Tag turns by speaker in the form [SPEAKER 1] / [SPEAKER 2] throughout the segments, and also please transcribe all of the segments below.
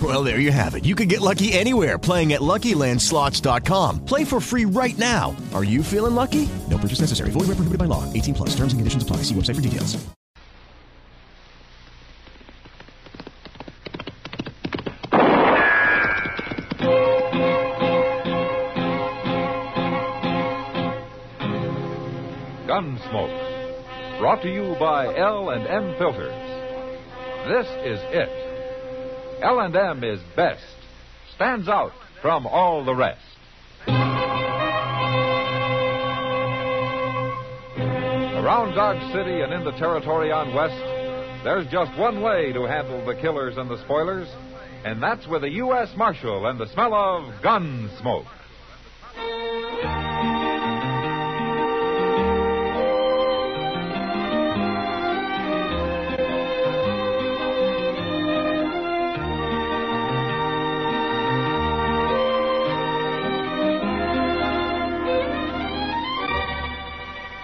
[SPEAKER 1] Well, there you have it. You can get lucky anywhere playing at LuckyLandSlots.com. Play for free right now. Are you feeling lucky? No purchase necessary. Void where prohibited by law. 18 plus. Terms and conditions apply. See website for details.
[SPEAKER 2] Gunsmoke, brought to you by L and M Filters. This is it. L and M is best, stands out from all the rest. Around Dodge City and in the territory on West, there's just one way to handle the killers and the spoilers, and that's with a U.S. Marshal and the smell of gun smoke.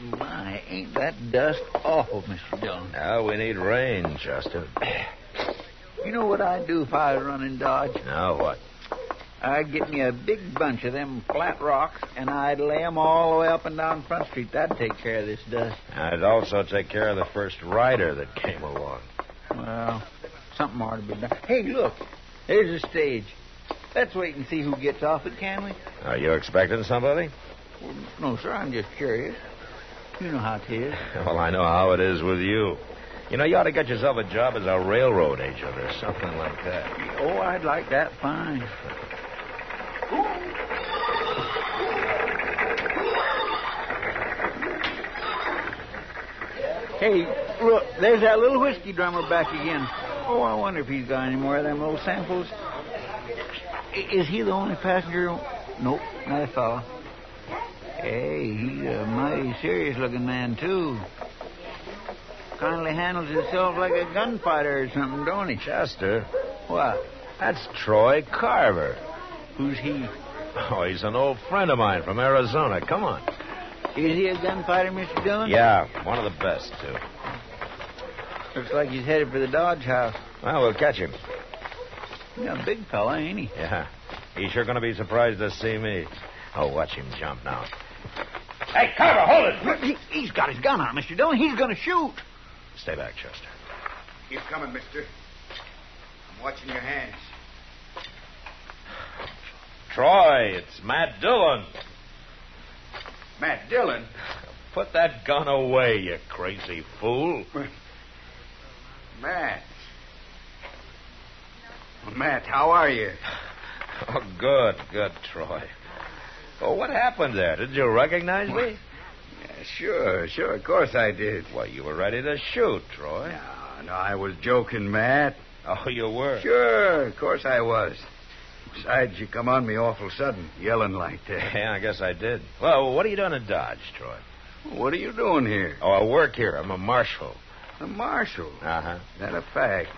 [SPEAKER 3] My, ain't that dust awful, Mr. Dillon.
[SPEAKER 4] Now we need rain, Chester.
[SPEAKER 3] You know what I'd do if I was running Dodge?
[SPEAKER 4] Now what?
[SPEAKER 3] I'd get me a big bunch of them flat rocks, and I'd lay 'em all the way up and down Front Street. That'd take care of this dust.
[SPEAKER 4] I'd also take care of the first rider that came along.
[SPEAKER 3] Well, something ought to be done. Hey, look. There's a stage. Let's wait and see who gets off it, can we?
[SPEAKER 4] Are you expecting somebody?
[SPEAKER 3] Well, no, sir. I'm just curious. You know how it is.
[SPEAKER 4] Well, I know how it is with you. You know, you ought to get yourself a job as a railroad agent or something like that.
[SPEAKER 3] Oh, I'd like that fine. Hey, look, there's that little whiskey drummer back again. Oh, I wonder if he's got any more of them old samples. I- Is he the only passenger? Nope, not a fella. Hey, he's a mighty serious looking man, too. Kindly handles himself like a gunfighter or something, don't he?
[SPEAKER 4] Chester,
[SPEAKER 3] What?
[SPEAKER 4] that's Troy Carver.
[SPEAKER 3] Who's he? Is
[SPEAKER 4] Oh, he's an old friend of mine from Arizona. Come on.
[SPEAKER 3] he a gunfighter, Mr. Dillon?
[SPEAKER 4] Yeah, one of the best, too.
[SPEAKER 3] Looks like he's headed for the Dodge house.
[SPEAKER 4] Well, we'll catch him.
[SPEAKER 3] Yeah, big fella, ain't he?
[SPEAKER 4] Yeah. He's sure going to be surprised to see me. Oh, watch him jump now. Hey, Carver, hold it!
[SPEAKER 3] he has got his gun on, Mr. Dillon. He's going to shoot.
[SPEAKER 4] Stay back, Chester.
[SPEAKER 5] Keep coming, mister. I'm watching your hands.
[SPEAKER 4] Troy, it's Matt Dillon.
[SPEAKER 5] Matt Dillon?
[SPEAKER 4] Put that gun away, you crazy fool.
[SPEAKER 5] Matt. Well, Matt, how are you?
[SPEAKER 4] Oh, good, good, Troy. Oh, what happened there? Did you recognize me?
[SPEAKER 5] Yeah, sure, sure, of course I did.
[SPEAKER 4] Why, you were ready to shoot, Troy.
[SPEAKER 5] No, no, I was joking, Matt.
[SPEAKER 4] Oh, you were?
[SPEAKER 5] Sure, of course I was.
[SPEAKER 3] Besides, you come on me awful sudden, yelling like that.
[SPEAKER 4] Yeah, I guess I did. Well, what are you doing in Dodge, Troy?
[SPEAKER 3] What are you doing here?
[SPEAKER 4] Oh, I work here. I'm a marshal.
[SPEAKER 3] The marshal.
[SPEAKER 4] Uh huh.
[SPEAKER 3] That a fact.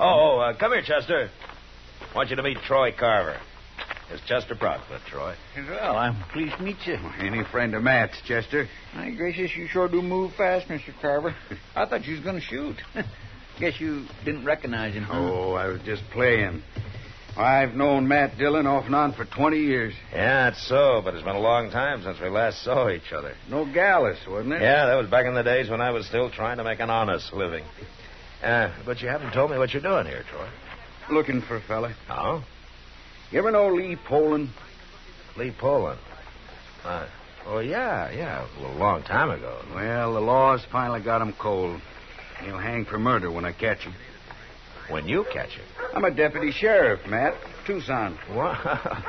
[SPEAKER 4] Oh, oh uh, come here, Chester. I want you to meet Troy Carver. It's Chester Proudfoot, Troy.
[SPEAKER 6] Well, I'm pleased to meet you.
[SPEAKER 3] Any friend of Matt's, Chester.
[SPEAKER 6] My gracious, you sure do move fast, Mr. Carver. I thought you was going to shoot. Guess you didn't recognize him. huh?
[SPEAKER 3] Oh, I was just playing. I've known Matt Dillon off and on for 20 years.
[SPEAKER 4] Yeah, it's so, but it's been a long time since we last saw each other.
[SPEAKER 3] No Gallus, wasn't it?
[SPEAKER 4] Yeah, that was back in the days when I was still trying to make an honest living. Uh, but you haven't told me what you're doing here, Troy.
[SPEAKER 3] Looking for a fella.
[SPEAKER 4] Oh?
[SPEAKER 3] You ever know Lee Poland?
[SPEAKER 4] Lee Poland. Uh, oh, yeah, yeah. A long time ago.
[SPEAKER 3] Well, the law's finally got him cold. He'll hang for murder when I catch him.
[SPEAKER 4] When you catch him.
[SPEAKER 3] I'm a deputy sheriff, Matt. Tucson.
[SPEAKER 4] Wow.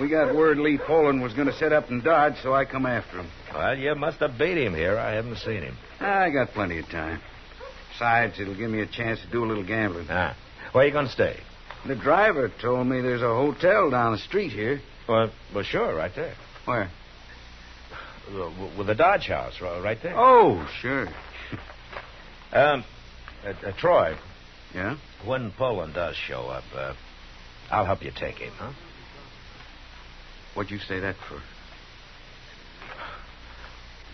[SPEAKER 3] We got word Lee Poland was going to set up in Dodge, so I come after him.
[SPEAKER 4] Well, you must have beat him here. I haven't seen him.
[SPEAKER 3] I got plenty of time. Besides, it'll give me a chance to do a little gambling.
[SPEAKER 4] Ah. Where are you going to stay?
[SPEAKER 3] The driver told me there's a hotel down the street here.
[SPEAKER 4] Well, well, sure, right there.
[SPEAKER 3] Where?
[SPEAKER 4] Well, With the Dodge house, ri- right there.
[SPEAKER 3] Oh, sure.
[SPEAKER 4] Um, uh, uh, Troy,
[SPEAKER 3] Yeah?
[SPEAKER 4] when Poland does show up, uh, I'll help you take him, huh?
[SPEAKER 3] What'd you say that for?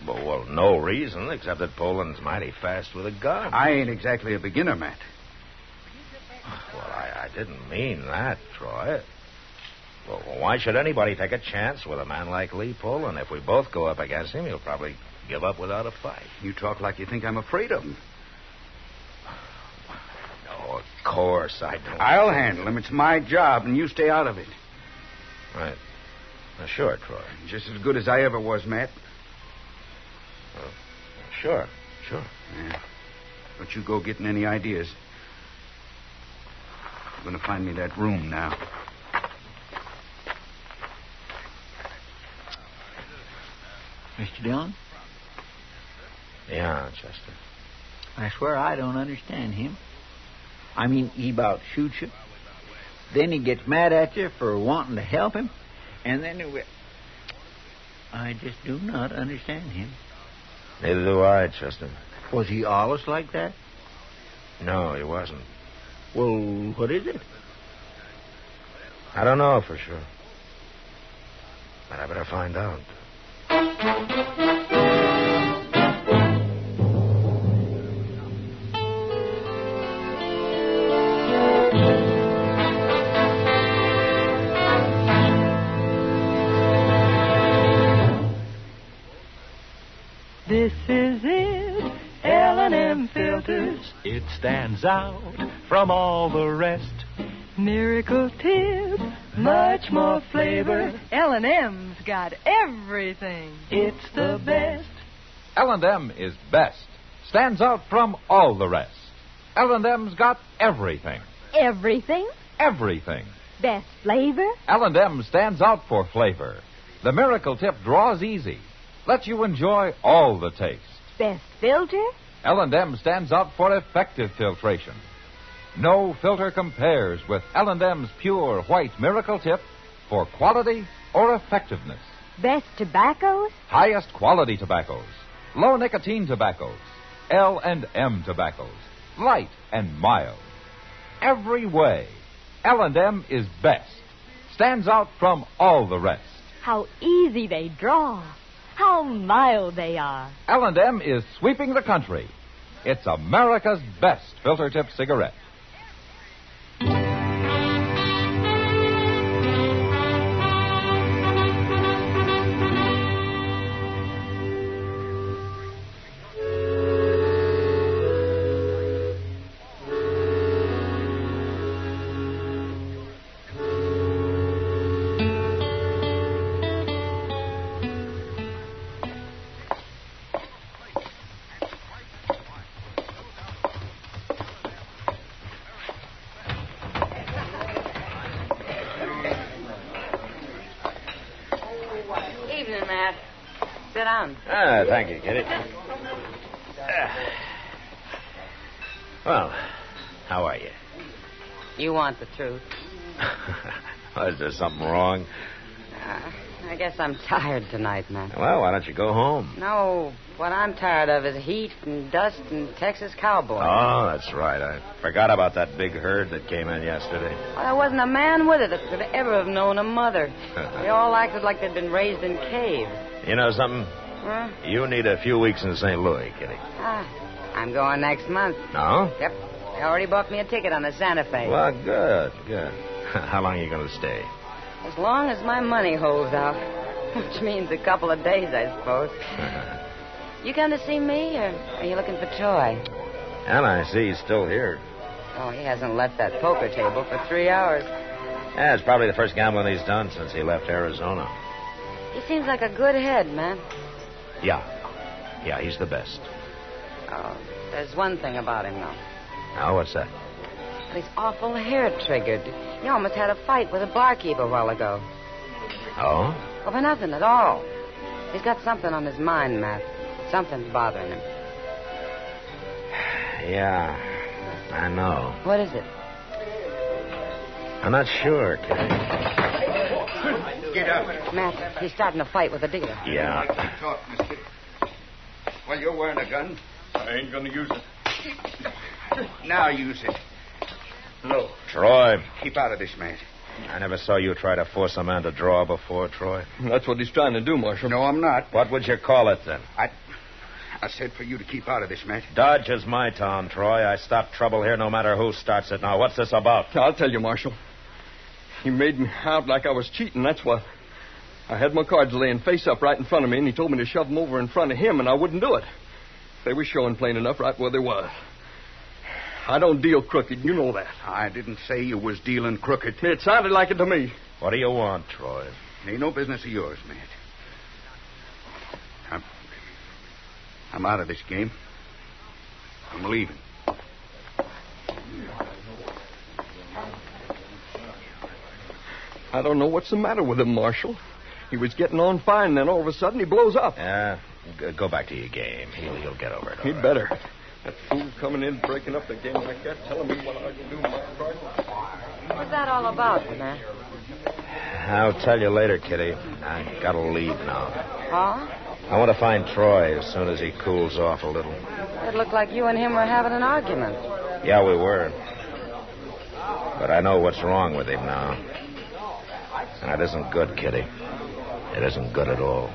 [SPEAKER 4] Well, well, no reason, except that Poland's mighty fast with a gun.
[SPEAKER 3] I ain't exactly a beginner, Matt.
[SPEAKER 4] Well, I, I didn't mean that, Troy. Well, why should anybody take a chance with a man like Lee Poland? If we both go up against him, he'll probably give up without a fight.
[SPEAKER 3] You talk like you think I'm afraid of him.
[SPEAKER 4] No, of course I don't.
[SPEAKER 3] I'll handle him. It's my job, and you stay out of it.
[SPEAKER 4] Right. Now, sure, Troy.
[SPEAKER 3] Just as good as I ever was, Matt.
[SPEAKER 4] Sure, sure.
[SPEAKER 3] Yeah. Don't you go getting any ideas. You're going to find me that room now.
[SPEAKER 6] Mr. Dillon,
[SPEAKER 4] Yeah, Chester.
[SPEAKER 6] I swear I don't understand him. I mean, he about shoots you. Then he gets mad at you for wanting to help him. And then he... wi- I just do not understand him.
[SPEAKER 4] Neither do I, Chester.
[SPEAKER 6] Was he always like that?
[SPEAKER 4] No, he wasn't.
[SPEAKER 6] Well, what is it?
[SPEAKER 4] I don't know for sure. But I better find out.
[SPEAKER 7] This is it, L&M Filters.
[SPEAKER 8] It stands out from all the rest.
[SPEAKER 7] Miracle tip, much more flavor. L&M's got everything. It's the best.
[SPEAKER 2] L&M is best. Stands out from all the rest. L&M's got everything.
[SPEAKER 9] Everything?
[SPEAKER 2] Everything.
[SPEAKER 9] Best flavor?
[SPEAKER 2] L&M stands out for flavor. The miracle tip draws easy. Lets you enjoy all the taste.
[SPEAKER 9] Best filter?
[SPEAKER 2] L&M stands out for effective filtration. No filter compares with L&M's pure white miracle tip for quality or effectiveness.
[SPEAKER 9] Best tobaccos?
[SPEAKER 2] Highest quality tobaccos, low nicotine tobaccos, L and M tobaccos, light and mild. Every way, L and M is best. Stands out from all the rest.
[SPEAKER 9] How easy they draw. How mild they are.
[SPEAKER 2] L and M is sweeping the country. It's America's best filter tip cigarette.
[SPEAKER 10] Evening, Matt. Sit down.
[SPEAKER 4] Ah, thank you, Kitty. Well, how are you?
[SPEAKER 10] You want the truth.
[SPEAKER 2] Is there something wrong?
[SPEAKER 3] I guess I'm tired tonight, Matt.
[SPEAKER 2] Well, why don't you go home?
[SPEAKER 3] No, what I'm tired of is heat and dust and Texas cowboys.
[SPEAKER 2] Oh, that's right. I forgot about that big herd that came in yesterday.
[SPEAKER 3] Well, there wasn't a man with it that could ever have known a mother. They all acted like they'd been raised in caves.
[SPEAKER 2] You know something?
[SPEAKER 3] Huh?
[SPEAKER 2] You need a few weeks in St. Louis, Kitty.
[SPEAKER 3] Ah, I'm going next month.
[SPEAKER 2] No?
[SPEAKER 3] Yep. They already bought me a ticket on the Santa Fe.
[SPEAKER 2] Well, good, good. How long are you going to stay?
[SPEAKER 3] As long as my money holds out, which means a couple of days, I suppose. You come to see me, or are you looking for Troy?
[SPEAKER 2] And I see he's still here.
[SPEAKER 3] Oh, he hasn't left that poker table for three hours.
[SPEAKER 2] Yeah, it's probably the first gambling he's done since he left Arizona.
[SPEAKER 3] He seems like a good head, man.
[SPEAKER 2] Yeah. Yeah, he's the best.
[SPEAKER 3] Oh, there's one thing about him, though.
[SPEAKER 2] Now, what's that?
[SPEAKER 3] He's awful hair triggered. He almost had a fight with a barkeep a while ago.
[SPEAKER 2] Oh?
[SPEAKER 3] Well, for nothing at all. He's got something on his mind, Matt. Something's bothering him.
[SPEAKER 2] Yeah. I know.
[SPEAKER 3] What is it?
[SPEAKER 2] I'm not sure, Kitty.
[SPEAKER 11] Get up.
[SPEAKER 3] Matt, he's starting a fight with a dealer.
[SPEAKER 2] Yeah.
[SPEAKER 11] Talk, mister. Well, you're wearing a gun. I ain't gonna use it. Now use it. Low.
[SPEAKER 2] Troy,
[SPEAKER 11] Keep out of this, man.
[SPEAKER 2] I never saw you try to force a man to draw before, Troy.
[SPEAKER 4] That's what he's trying to do, Marshal.
[SPEAKER 11] No, I'm not.
[SPEAKER 2] What would you call it then?
[SPEAKER 11] I. I said for you to keep out of this, Matt.
[SPEAKER 2] Dodge is my town, Troy. I stop trouble here no matter who starts it. Now, what's this about?
[SPEAKER 4] I'll tell you, Marshal. He made me out like I was cheating, that's why. I had my cards laying face up right in front of me, and he told me to shove them over in front of him, and I wouldn't do it. They were showing plain enough right where they was. I don't deal crooked, you know that.
[SPEAKER 11] I didn't say you was dealing crooked.
[SPEAKER 4] It sounded like it to me.
[SPEAKER 2] What do you want, Troy?
[SPEAKER 11] Ain't no business of yours, Matt. I'm. I'm out of this game. I'm leaving.
[SPEAKER 4] I don't know what's the matter with him, Marshal. He was getting on fine, then all of a sudden he blows up.
[SPEAKER 2] Yeah, Ah, g- go back to your game. He'll, he'll get over it. all
[SPEAKER 4] He'd
[SPEAKER 2] right.
[SPEAKER 4] better. That fool coming in, breaking up the game like that, telling me what I can do, my card.
[SPEAKER 3] What's that all about, Matt?
[SPEAKER 2] I'll tell you later, Kitty. I gotta leave now.
[SPEAKER 3] Huh?
[SPEAKER 2] I want to find Troy as soon as he cools off a little.
[SPEAKER 3] It looked like you and him were having an argument.
[SPEAKER 2] Yeah, we were. But I know what's wrong with him now. And it isn't good, Kitty. It isn't good at all.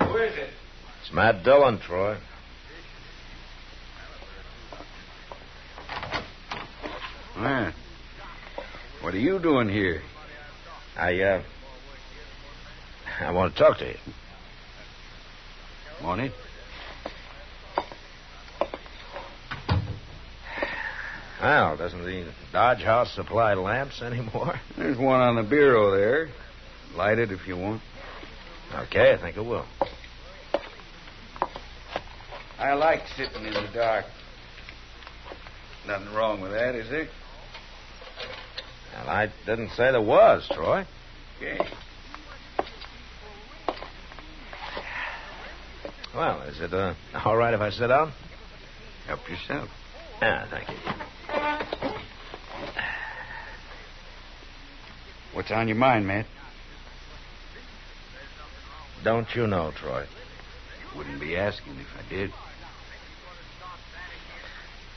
[SPEAKER 11] Who is it?
[SPEAKER 2] It's Matt Dillon, Troy.
[SPEAKER 11] Matt. What are you doing here?
[SPEAKER 2] I, uh. I want to talk to you.
[SPEAKER 11] Morning.
[SPEAKER 2] Well, doesn't the Dodge House supply lamps anymore?
[SPEAKER 11] There's one on the bureau there. Light it if you want.
[SPEAKER 2] Okay, I think it will.
[SPEAKER 11] I like sitting in the dark. Nothing wrong with that, is there?
[SPEAKER 2] Well, I didn't say there was, Troy.
[SPEAKER 11] Okay.
[SPEAKER 2] Well, is it uh, all right if I sit down?
[SPEAKER 11] Help yourself.
[SPEAKER 2] Yeah, thank you.
[SPEAKER 11] What's on your mind, Matt?
[SPEAKER 2] Don't you know, Troy?
[SPEAKER 11] Wouldn't be asking if I did.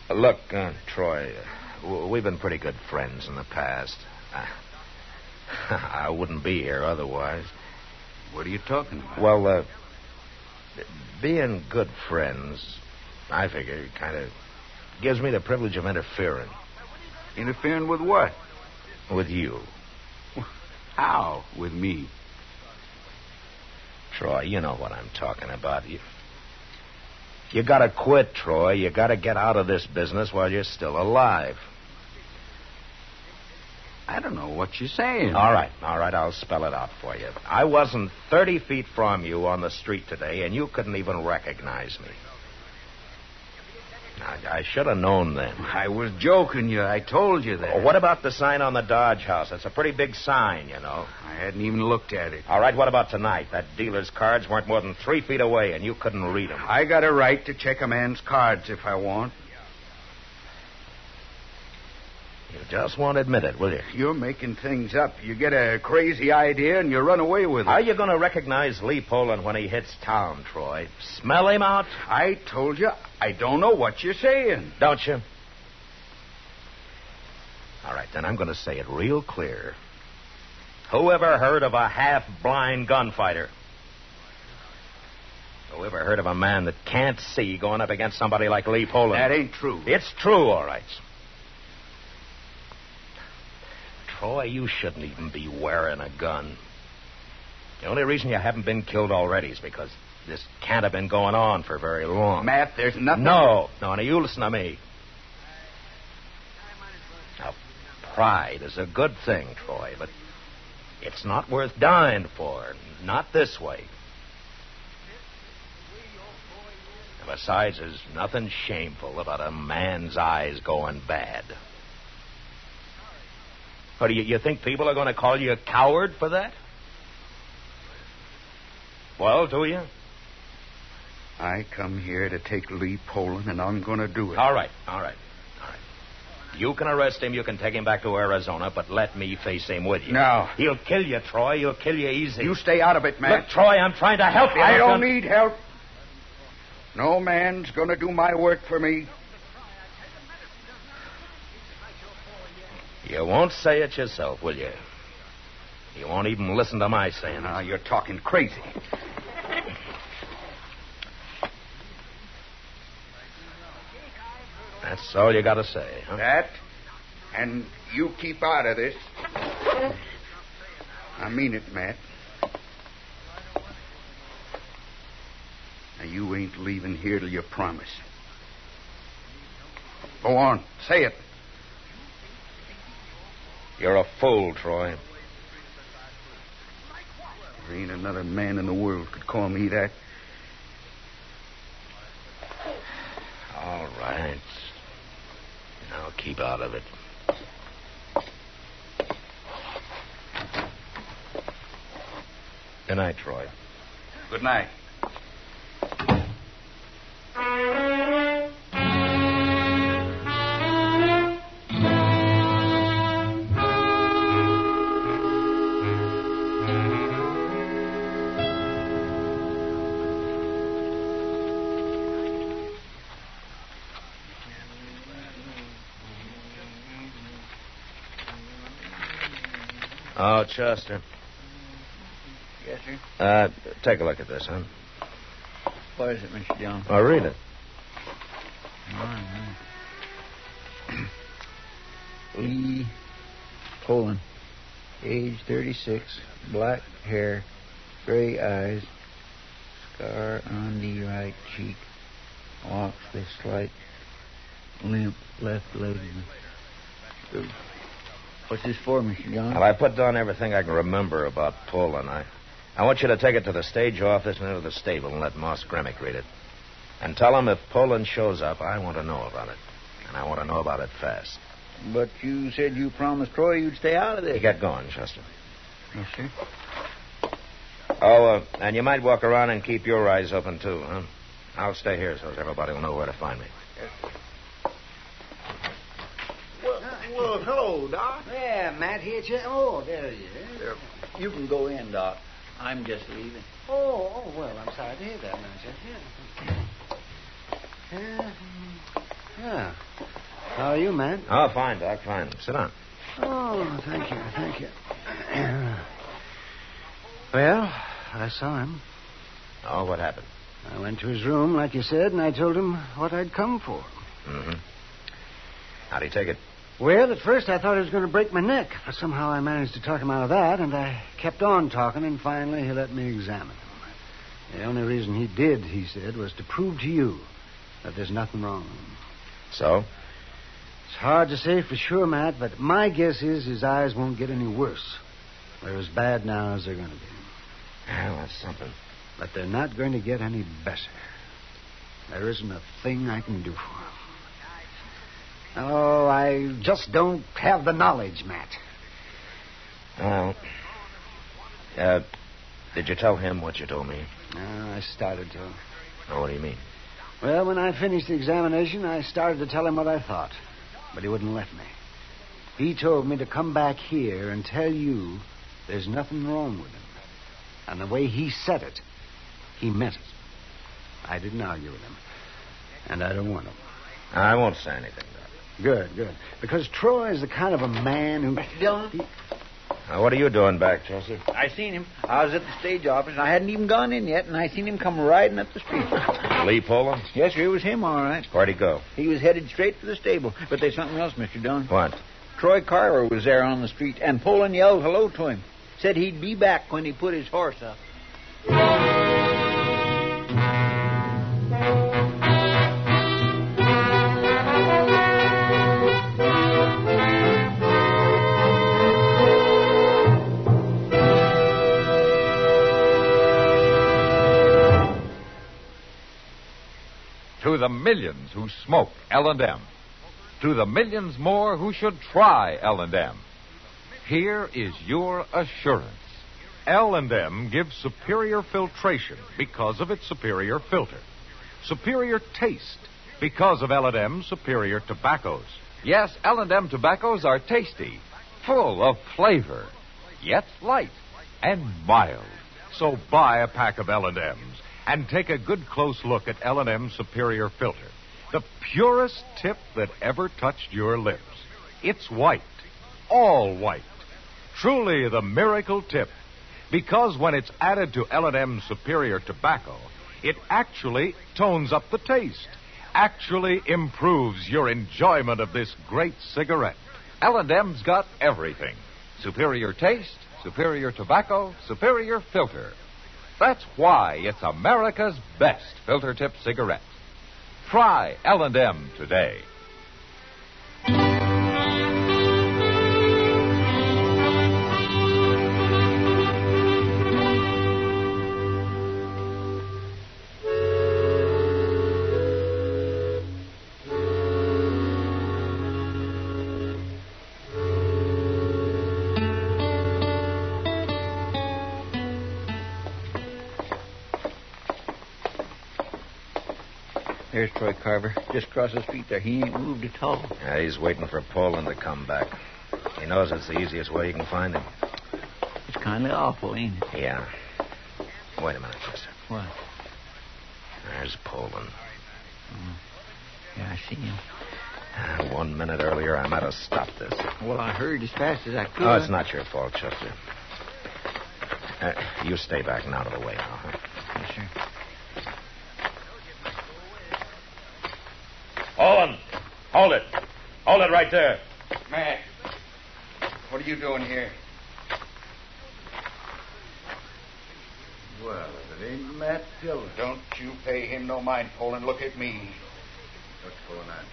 [SPEAKER 2] Uh, Look, uh, Troy, uh, w- we've been pretty good friends in the past. I, I wouldn't be here otherwise.
[SPEAKER 11] What are you talking about?
[SPEAKER 2] Well, uh, being good friends, I figure, kind of gives me the privilege of interfering
[SPEAKER 11] Interfering with what?
[SPEAKER 2] with you.
[SPEAKER 11] How? With me?
[SPEAKER 2] Troy, you know what I'm talking about. You, you gotta quit, Troy. You gotta get out of this business while you're still alive.
[SPEAKER 3] I don't know what you're saying.
[SPEAKER 4] All right, all right, I'll spell it out for you. I wasn't 30 feet from you on the street today, and you couldn't even recognize me. I, I should have known then.
[SPEAKER 3] I was joking you. I told you that.
[SPEAKER 4] Well, what about the sign on the Dodge house? It's a pretty big sign, you know.
[SPEAKER 3] I hadn't even looked at it.
[SPEAKER 4] All right, what about tonight? That dealer's cards weren't more than three feet away, and you couldn't read them.
[SPEAKER 3] I got a right to check a man's cards if I want.
[SPEAKER 4] You just won't admit it, will you?
[SPEAKER 3] You're making things up. You get a crazy idea and you run away with it.
[SPEAKER 4] How are you going to recognize Lee Poland when he hits town, Troy? Smell him out?
[SPEAKER 3] I told you, I don't know what you're saying.
[SPEAKER 4] Don't you? All right, then I'm going to say it real clear. Whoever heard of a half blind gunfighter? Whoever heard of a man that can't see going up against somebody like Lee Poland?
[SPEAKER 3] That ain't true.
[SPEAKER 4] It's true, all right. Troy, you shouldn't even be wearing a gun. The only reason you haven't been killed already is because this can't have been going on for very long.
[SPEAKER 3] Matt, there's nothing.
[SPEAKER 4] No, no, now you listen to me. Now, pride is a good thing, Troy, but it's not worth dying for. Not this way. And besides, there's nothing shameful about a man's eyes going bad. Or do you, you think people are going to call you a coward for that? Well, do you?
[SPEAKER 3] I come here to take Lee Poland, and I'm going to do it.
[SPEAKER 4] All right, all right, all right. You can arrest him, you can take him back to Arizona, but let me face him with you.
[SPEAKER 3] No.
[SPEAKER 4] He'll kill you, Troy. He'll kill you easy.
[SPEAKER 3] You stay out of it, man.
[SPEAKER 4] Look, Troy, I'm trying to help you. uh,
[SPEAKER 3] I don't need help. No man's going to do my work for me.
[SPEAKER 4] You won't say it yourself, will you? You won't even listen to my saying.
[SPEAKER 3] Now Ah, you're talking crazy.
[SPEAKER 4] That's all you got to say, huh?
[SPEAKER 3] That, and you keep out of this. I mean it, Matt. Now you ain't leaving here till you promise. Go on, say it.
[SPEAKER 4] You're a fool, Troy.
[SPEAKER 3] There ain't another man in the world could call me that.
[SPEAKER 4] All right. Now keep out of it. Good night, Troy.
[SPEAKER 3] Good night.
[SPEAKER 4] Oh, Chester.
[SPEAKER 3] Yes, sir.
[SPEAKER 4] Uh, take a look at this, huh?
[SPEAKER 3] What is it, Mr. Jones?
[SPEAKER 4] Oh, read it.
[SPEAKER 3] All right. Lee Poland, E, age 36, black hair, gray eyes, scar on the right cheek, walks with slight limp left leg. What's this for, Mr. Jones?
[SPEAKER 4] Well, I put down everything I can remember about Poland. I, I want you to take it to the stage office and into the stable and let Moss Gremick read it. And tell him if Poland shows up, I want to know about it. And I want to know about it fast.
[SPEAKER 3] But you said you promised Troy you'd stay out of this.
[SPEAKER 4] You get going, Chester.
[SPEAKER 3] Yes, sir.
[SPEAKER 4] Oh, uh, and you might walk around and keep your eyes open, too, huh? I'll stay here so everybody will know where to find me.
[SPEAKER 3] Well, hello, Doc. Yeah, Matt here. Oh, there you are. You can go in, Doc. I'm just leaving. Oh, oh well, I'm sorry to hear that, Matt. Yeah. yeah. How are you, Matt?
[SPEAKER 4] Oh, fine, Doc, fine. Sit down.
[SPEAKER 3] Oh, thank you, thank you. well, I saw him.
[SPEAKER 4] Oh, what happened?
[SPEAKER 3] I went to his room, like you said, and I told him what I'd come for.
[SPEAKER 4] Mm-hmm. How'd he take it?
[SPEAKER 3] Well, at first I thought he was going to break my neck, but somehow I managed to talk him out of that, and I kept on talking, and finally he let me examine him. The only reason he did, he said, was to prove to you that there's nothing wrong.
[SPEAKER 4] So?
[SPEAKER 12] It's hard to say for sure, Matt, but my guess is his eyes won't get any worse. They're as bad now as they're going to be.
[SPEAKER 4] Well, that's something.
[SPEAKER 12] But they're not going to get any better. There isn't a thing I can do for him. Oh, I just don't have the knowledge, Matt.
[SPEAKER 4] Well, uh, did you tell him what you told me?
[SPEAKER 12] Uh, I started to.
[SPEAKER 4] Oh, what do you mean?
[SPEAKER 12] Well, when I finished the examination, I started to tell him what I thought, but he wouldn't let me. He told me to come back here and tell you there's nothing wrong with him. And the way he said it, he meant it. I didn't argue with him, and I don't want to.
[SPEAKER 4] I won't say anything.
[SPEAKER 12] Good, good. Because Troy is the kind of a man who.
[SPEAKER 3] Dillon?
[SPEAKER 4] Now, what are you doing back, Chaucer?
[SPEAKER 3] I seen him. I was at the stage office, and I hadn't even gone in yet, and I seen him come riding up the street.
[SPEAKER 4] Lee Poland?
[SPEAKER 3] Yes, sir, it was him, all right.
[SPEAKER 4] Where'd he go?
[SPEAKER 3] He was headed straight for the stable, but there's something else, Mr. Dillon.
[SPEAKER 4] What?
[SPEAKER 3] Troy Carver was there on the street, and Poland yelled hello to him. Said he'd be back when he put his horse up.
[SPEAKER 2] To the millions who smoke L&M. To the millions more who should try L&M. Here is your assurance. L&M gives superior filtration because of its superior filter. Superior taste because of L&M's superior tobaccos. Yes, L&M tobaccos are tasty, full of flavor, yet light and mild. So buy a pack of L&M's and take a good close look at L&M's superior filter. The purest tip that ever touched your lips. It's white. All white. Truly the miracle tip. Because when it's added to L&M's superior tobacco, it actually tones up the taste. Actually improves your enjoyment of this great cigarette. L&M's got everything. Superior taste, superior tobacco, superior filter. That's why it's America's best filter tip cigarette. Try L&M today.
[SPEAKER 3] There's Troy Carver, just across the street there. He ain't moved at all.
[SPEAKER 4] Yeah, he's waiting for Poland to come back. He knows it's the easiest way he can find him.
[SPEAKER 3] It's kind of awful, ain't it?
[SPEAKER 4] Yeah. Wait a minute, Chester.
[SPEAKER 3] What?
[SPEAKER 4] There's Poland.
[SPEAKER 3] Yeah, I see him.
[SPEAKER 4] Ah, One minute earlier, I might have stopped this.
[SPEAKER 3] Well, I hurried as fast as I could.
[SPEAKER 4] Oh, it's not your fault, Chester. Uh, you stay back and out of the way now. Huh? Poland! Hold it! Hold it right there!
[SPEAKER 5] Matt, what are you doing here?
[SPEAKER 12] Well, it ain't Matt Dillon.
[SPEAKER 5] Don't you pay him no mind, Poland. Look at me.
[SPEAKER 12] What's going on?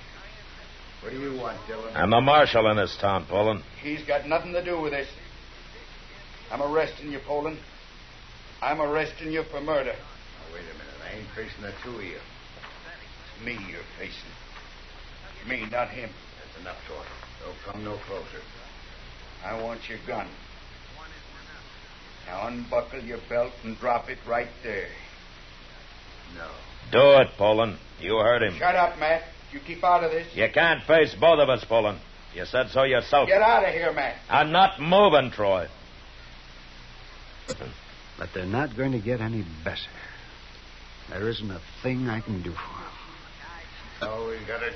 [SPEAKER 12] What do you want, Dillon?
[SPEAKER 4] I'm the marshal in this town, Poland.
[SPEAKER 5] He's got nothing to do with this. I'm arresting you, Poland. I'm arresting you for murder.
[SPEAKER 12] Now, wait a minute. I ain't facing the two of you.
[SPEAKER 5] It's me you're facing. Me, not him.
[SPEAKER 12] That's enough, Troy. Don't come no closer.
[SPEAKER 5] I want your gun. Now unbuckle your belt and drop it right there.
[SPEAKER 12] No.
[SPEAKER 4] Do it, Poland. You heard him.
[SPEAKER 5] Shut up, Matt. You keep out of this.
[SPEAKER 4] You can't face both of us, Poland. You said so yourself.
[SPEAKER 5] Get out of here, Matt.
[SPEAKER 4] I'm not moving, Troy.
[SPEAKER 12] But they're not going to get any better. There isn't a thing I can do for him.
[SPEAKER 5] Oh, we got it.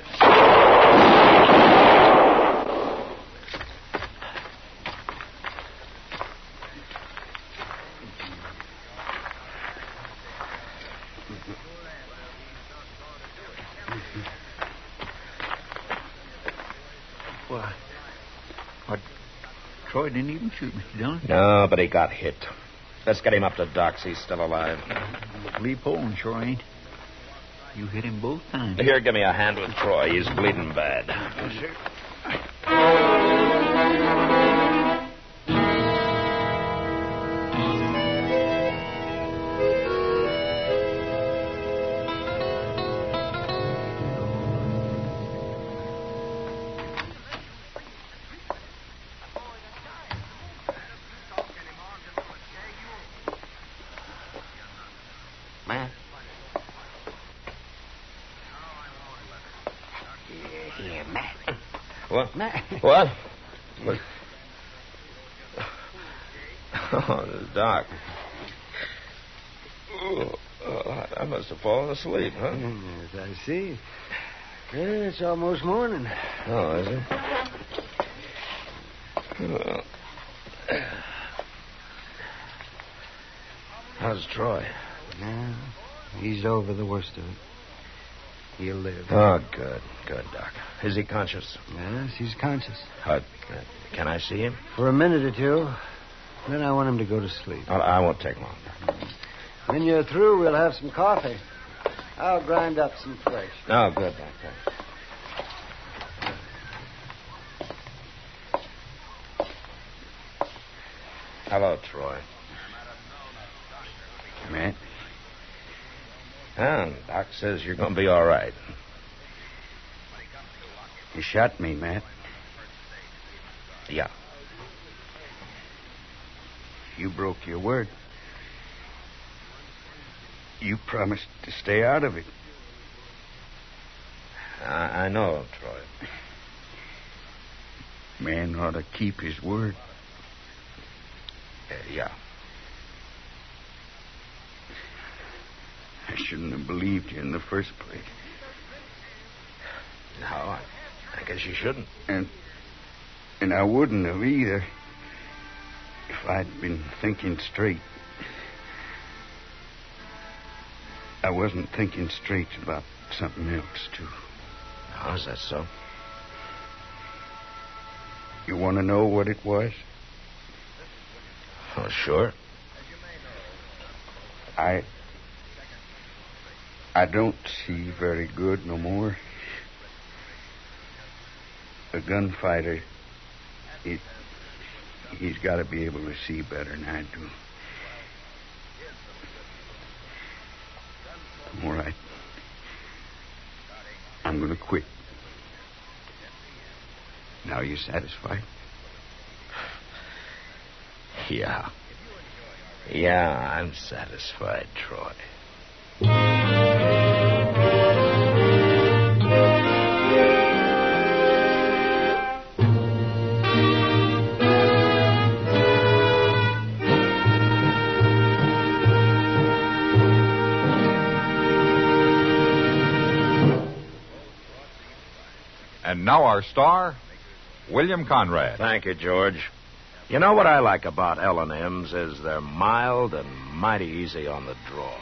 [SPEAKER 3] Why? What? Troy didn't even shoot Mr. Dillon.
[SPEAKER 4] No, Oh, but he got hit. Let's get him up to docks. He's still alive.
[SPEAKER 3] Lee Poland sure ain't. You hit him both times.
[SPEAKER 4] Here, give me a hand with Troy. He's bleeding bad.
[SPEAKER 3] Yes, sir.
[SPEAKER 5] Matt. Here, Matt.
[SPEAKER 4] What?
[SPEAKER 5] Matt.
[SPEAKER 4] What? What? Oh, Doc. Ooh, uh, I must have fallen asleep, huh?
[SPEAKER 12] Yes, I see. Yeah, it's almost morning.
[SPEAKER 4] Oh, is it? Well. How's Troy?
[SPEAKER 12] Yeah, he's over the worst of it. He'll live.
[SPEAKER 4] Oh, good, good, Doc. Is he conscious?
[SPEAKER 12] Yes, he's conscious.
[SPEAKER 4] Uh, can I see him?
[SPEAKER 12] For a minute or two, then I want him to go to sleep.
[SPEAKER 4] I, I won't take long.
[SPEAKER 12] When you're through, we'll have some coffee. I'll grind up some fresh.
[SPEAKER 4] Oh, good, Doc. Thanks. Hello, Troy.
[SPEAKER 3] Come in.
[SPEAKER 4] Ah, Doc says you're going to be all right.
[SPEAKER 3] You shot me, Matt.
[SPEAKER 4] Yeah.
[SPEAKER 3] You broke your word. You promised to stay out of it.
[SPEAKER 4] I, I know, Troy.
[SPEAKER 3] Man ought to keep his word.
[SPEAKER 4] Uh, yeah.
[SPEAKER 3] I shouldn't have believed you in the first place.
[SPEAKER 4] No, I, I guess you shouldn't.
[SPEAKER 3] And and I wouldn't have either if I'd been thinking straight. I wasn't thinking straight about something else, too.
[SPEAKER 4] How's that so?
[SPEAKER 3] You want to know what it was?
[SPEAKER 4] Oh, sure.
[SPEAKER 3] I I don't see very good no more. A gunfighter, he, he's got to be able to see better than I do. All right. I'm going to quit. Now you satisfied?
[SPEAKER 4] Yeah. Yeah, I'm satisfied, Troy.
[SPEAKER 2] And now our star, William Conrad.
[SPEAKER 4] Thank you, George. You know what I like about L&M's is they're mild and mighty easy on the draw.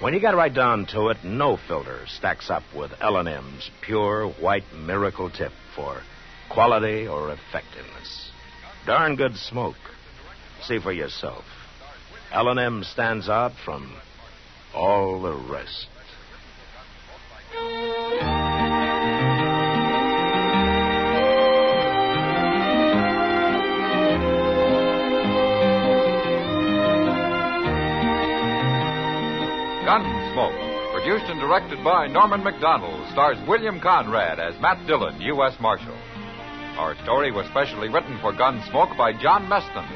[SPEAKER 4] When you get right down to it, no filter stacks up with L&M's pure white miracle tip for quality or effectiveness. Darn good smoke. See for yourself. L&M stands out from all the rest.
[SPEAKER 2] Gunsmoke, produced and directed by Norman McDonald, stars William Conrad as Matt Dillon, U.S. Marshal. Our story was specially written for Gunsmoke by John Meston,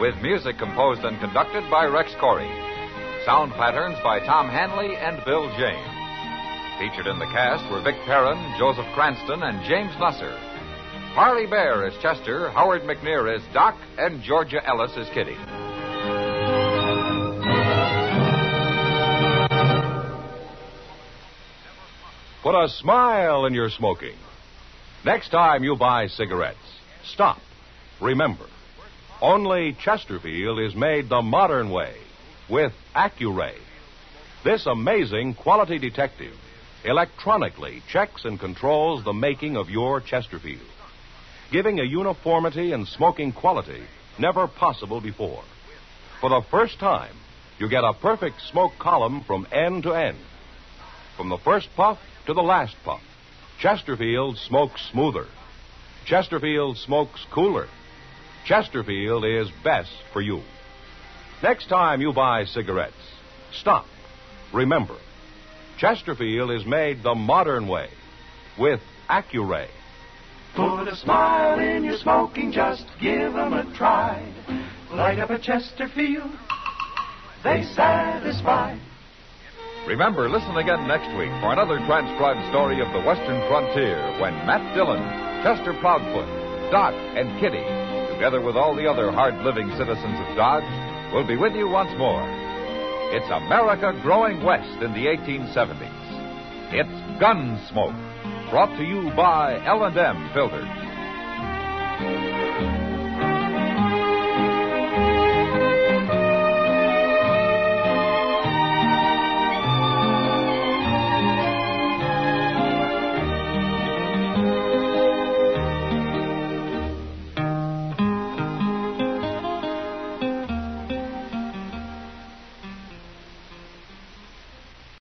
[SPEAKER 2] with music composed and conducted by Rex Corey. Sound patterns by Tom Hanley and Bill James. Featured in the cast were Vic Perrin, Joseph Cranston, and James Nusser. Harley Bear is Chester, Howard McNear is Doc, and Georgia Ellis is Kitty.
[SPEAKER 13] Put a smile in your smoking. Next time you buy cigarettes, stop. Remember, only Chesterfield is made the modern way with Accuray. This amazing quality detective electronically checks and controls the making of your Chesterfield, giving a uniformity and smoking quality never possible before. For the first time, you get a perfect smoke column from end to end. From the first puff to the last puff, Chesterfield smokes smoother. Chesterfield smokes cooler. Chesterfield is best for you. Next time you buy cigarettes, stop. Remember, Chesterfield is made the modern way with Accuray.
[SPEAKER 14] Put a smile in your smoking, just give 'em a try. Light up a Chesterfield, they satisfy.
[SPEAKER 2] Remember, listen again next week for another transcribed story of the Western frontier when Matt Dillon, Chester Proudfoot, Doc, and Kitty, together with all the other hard living citizens of Dodge, will be with you once more. It's America growing west in the 1870s. It's Gunsmoke, brought to you by L&M Filters.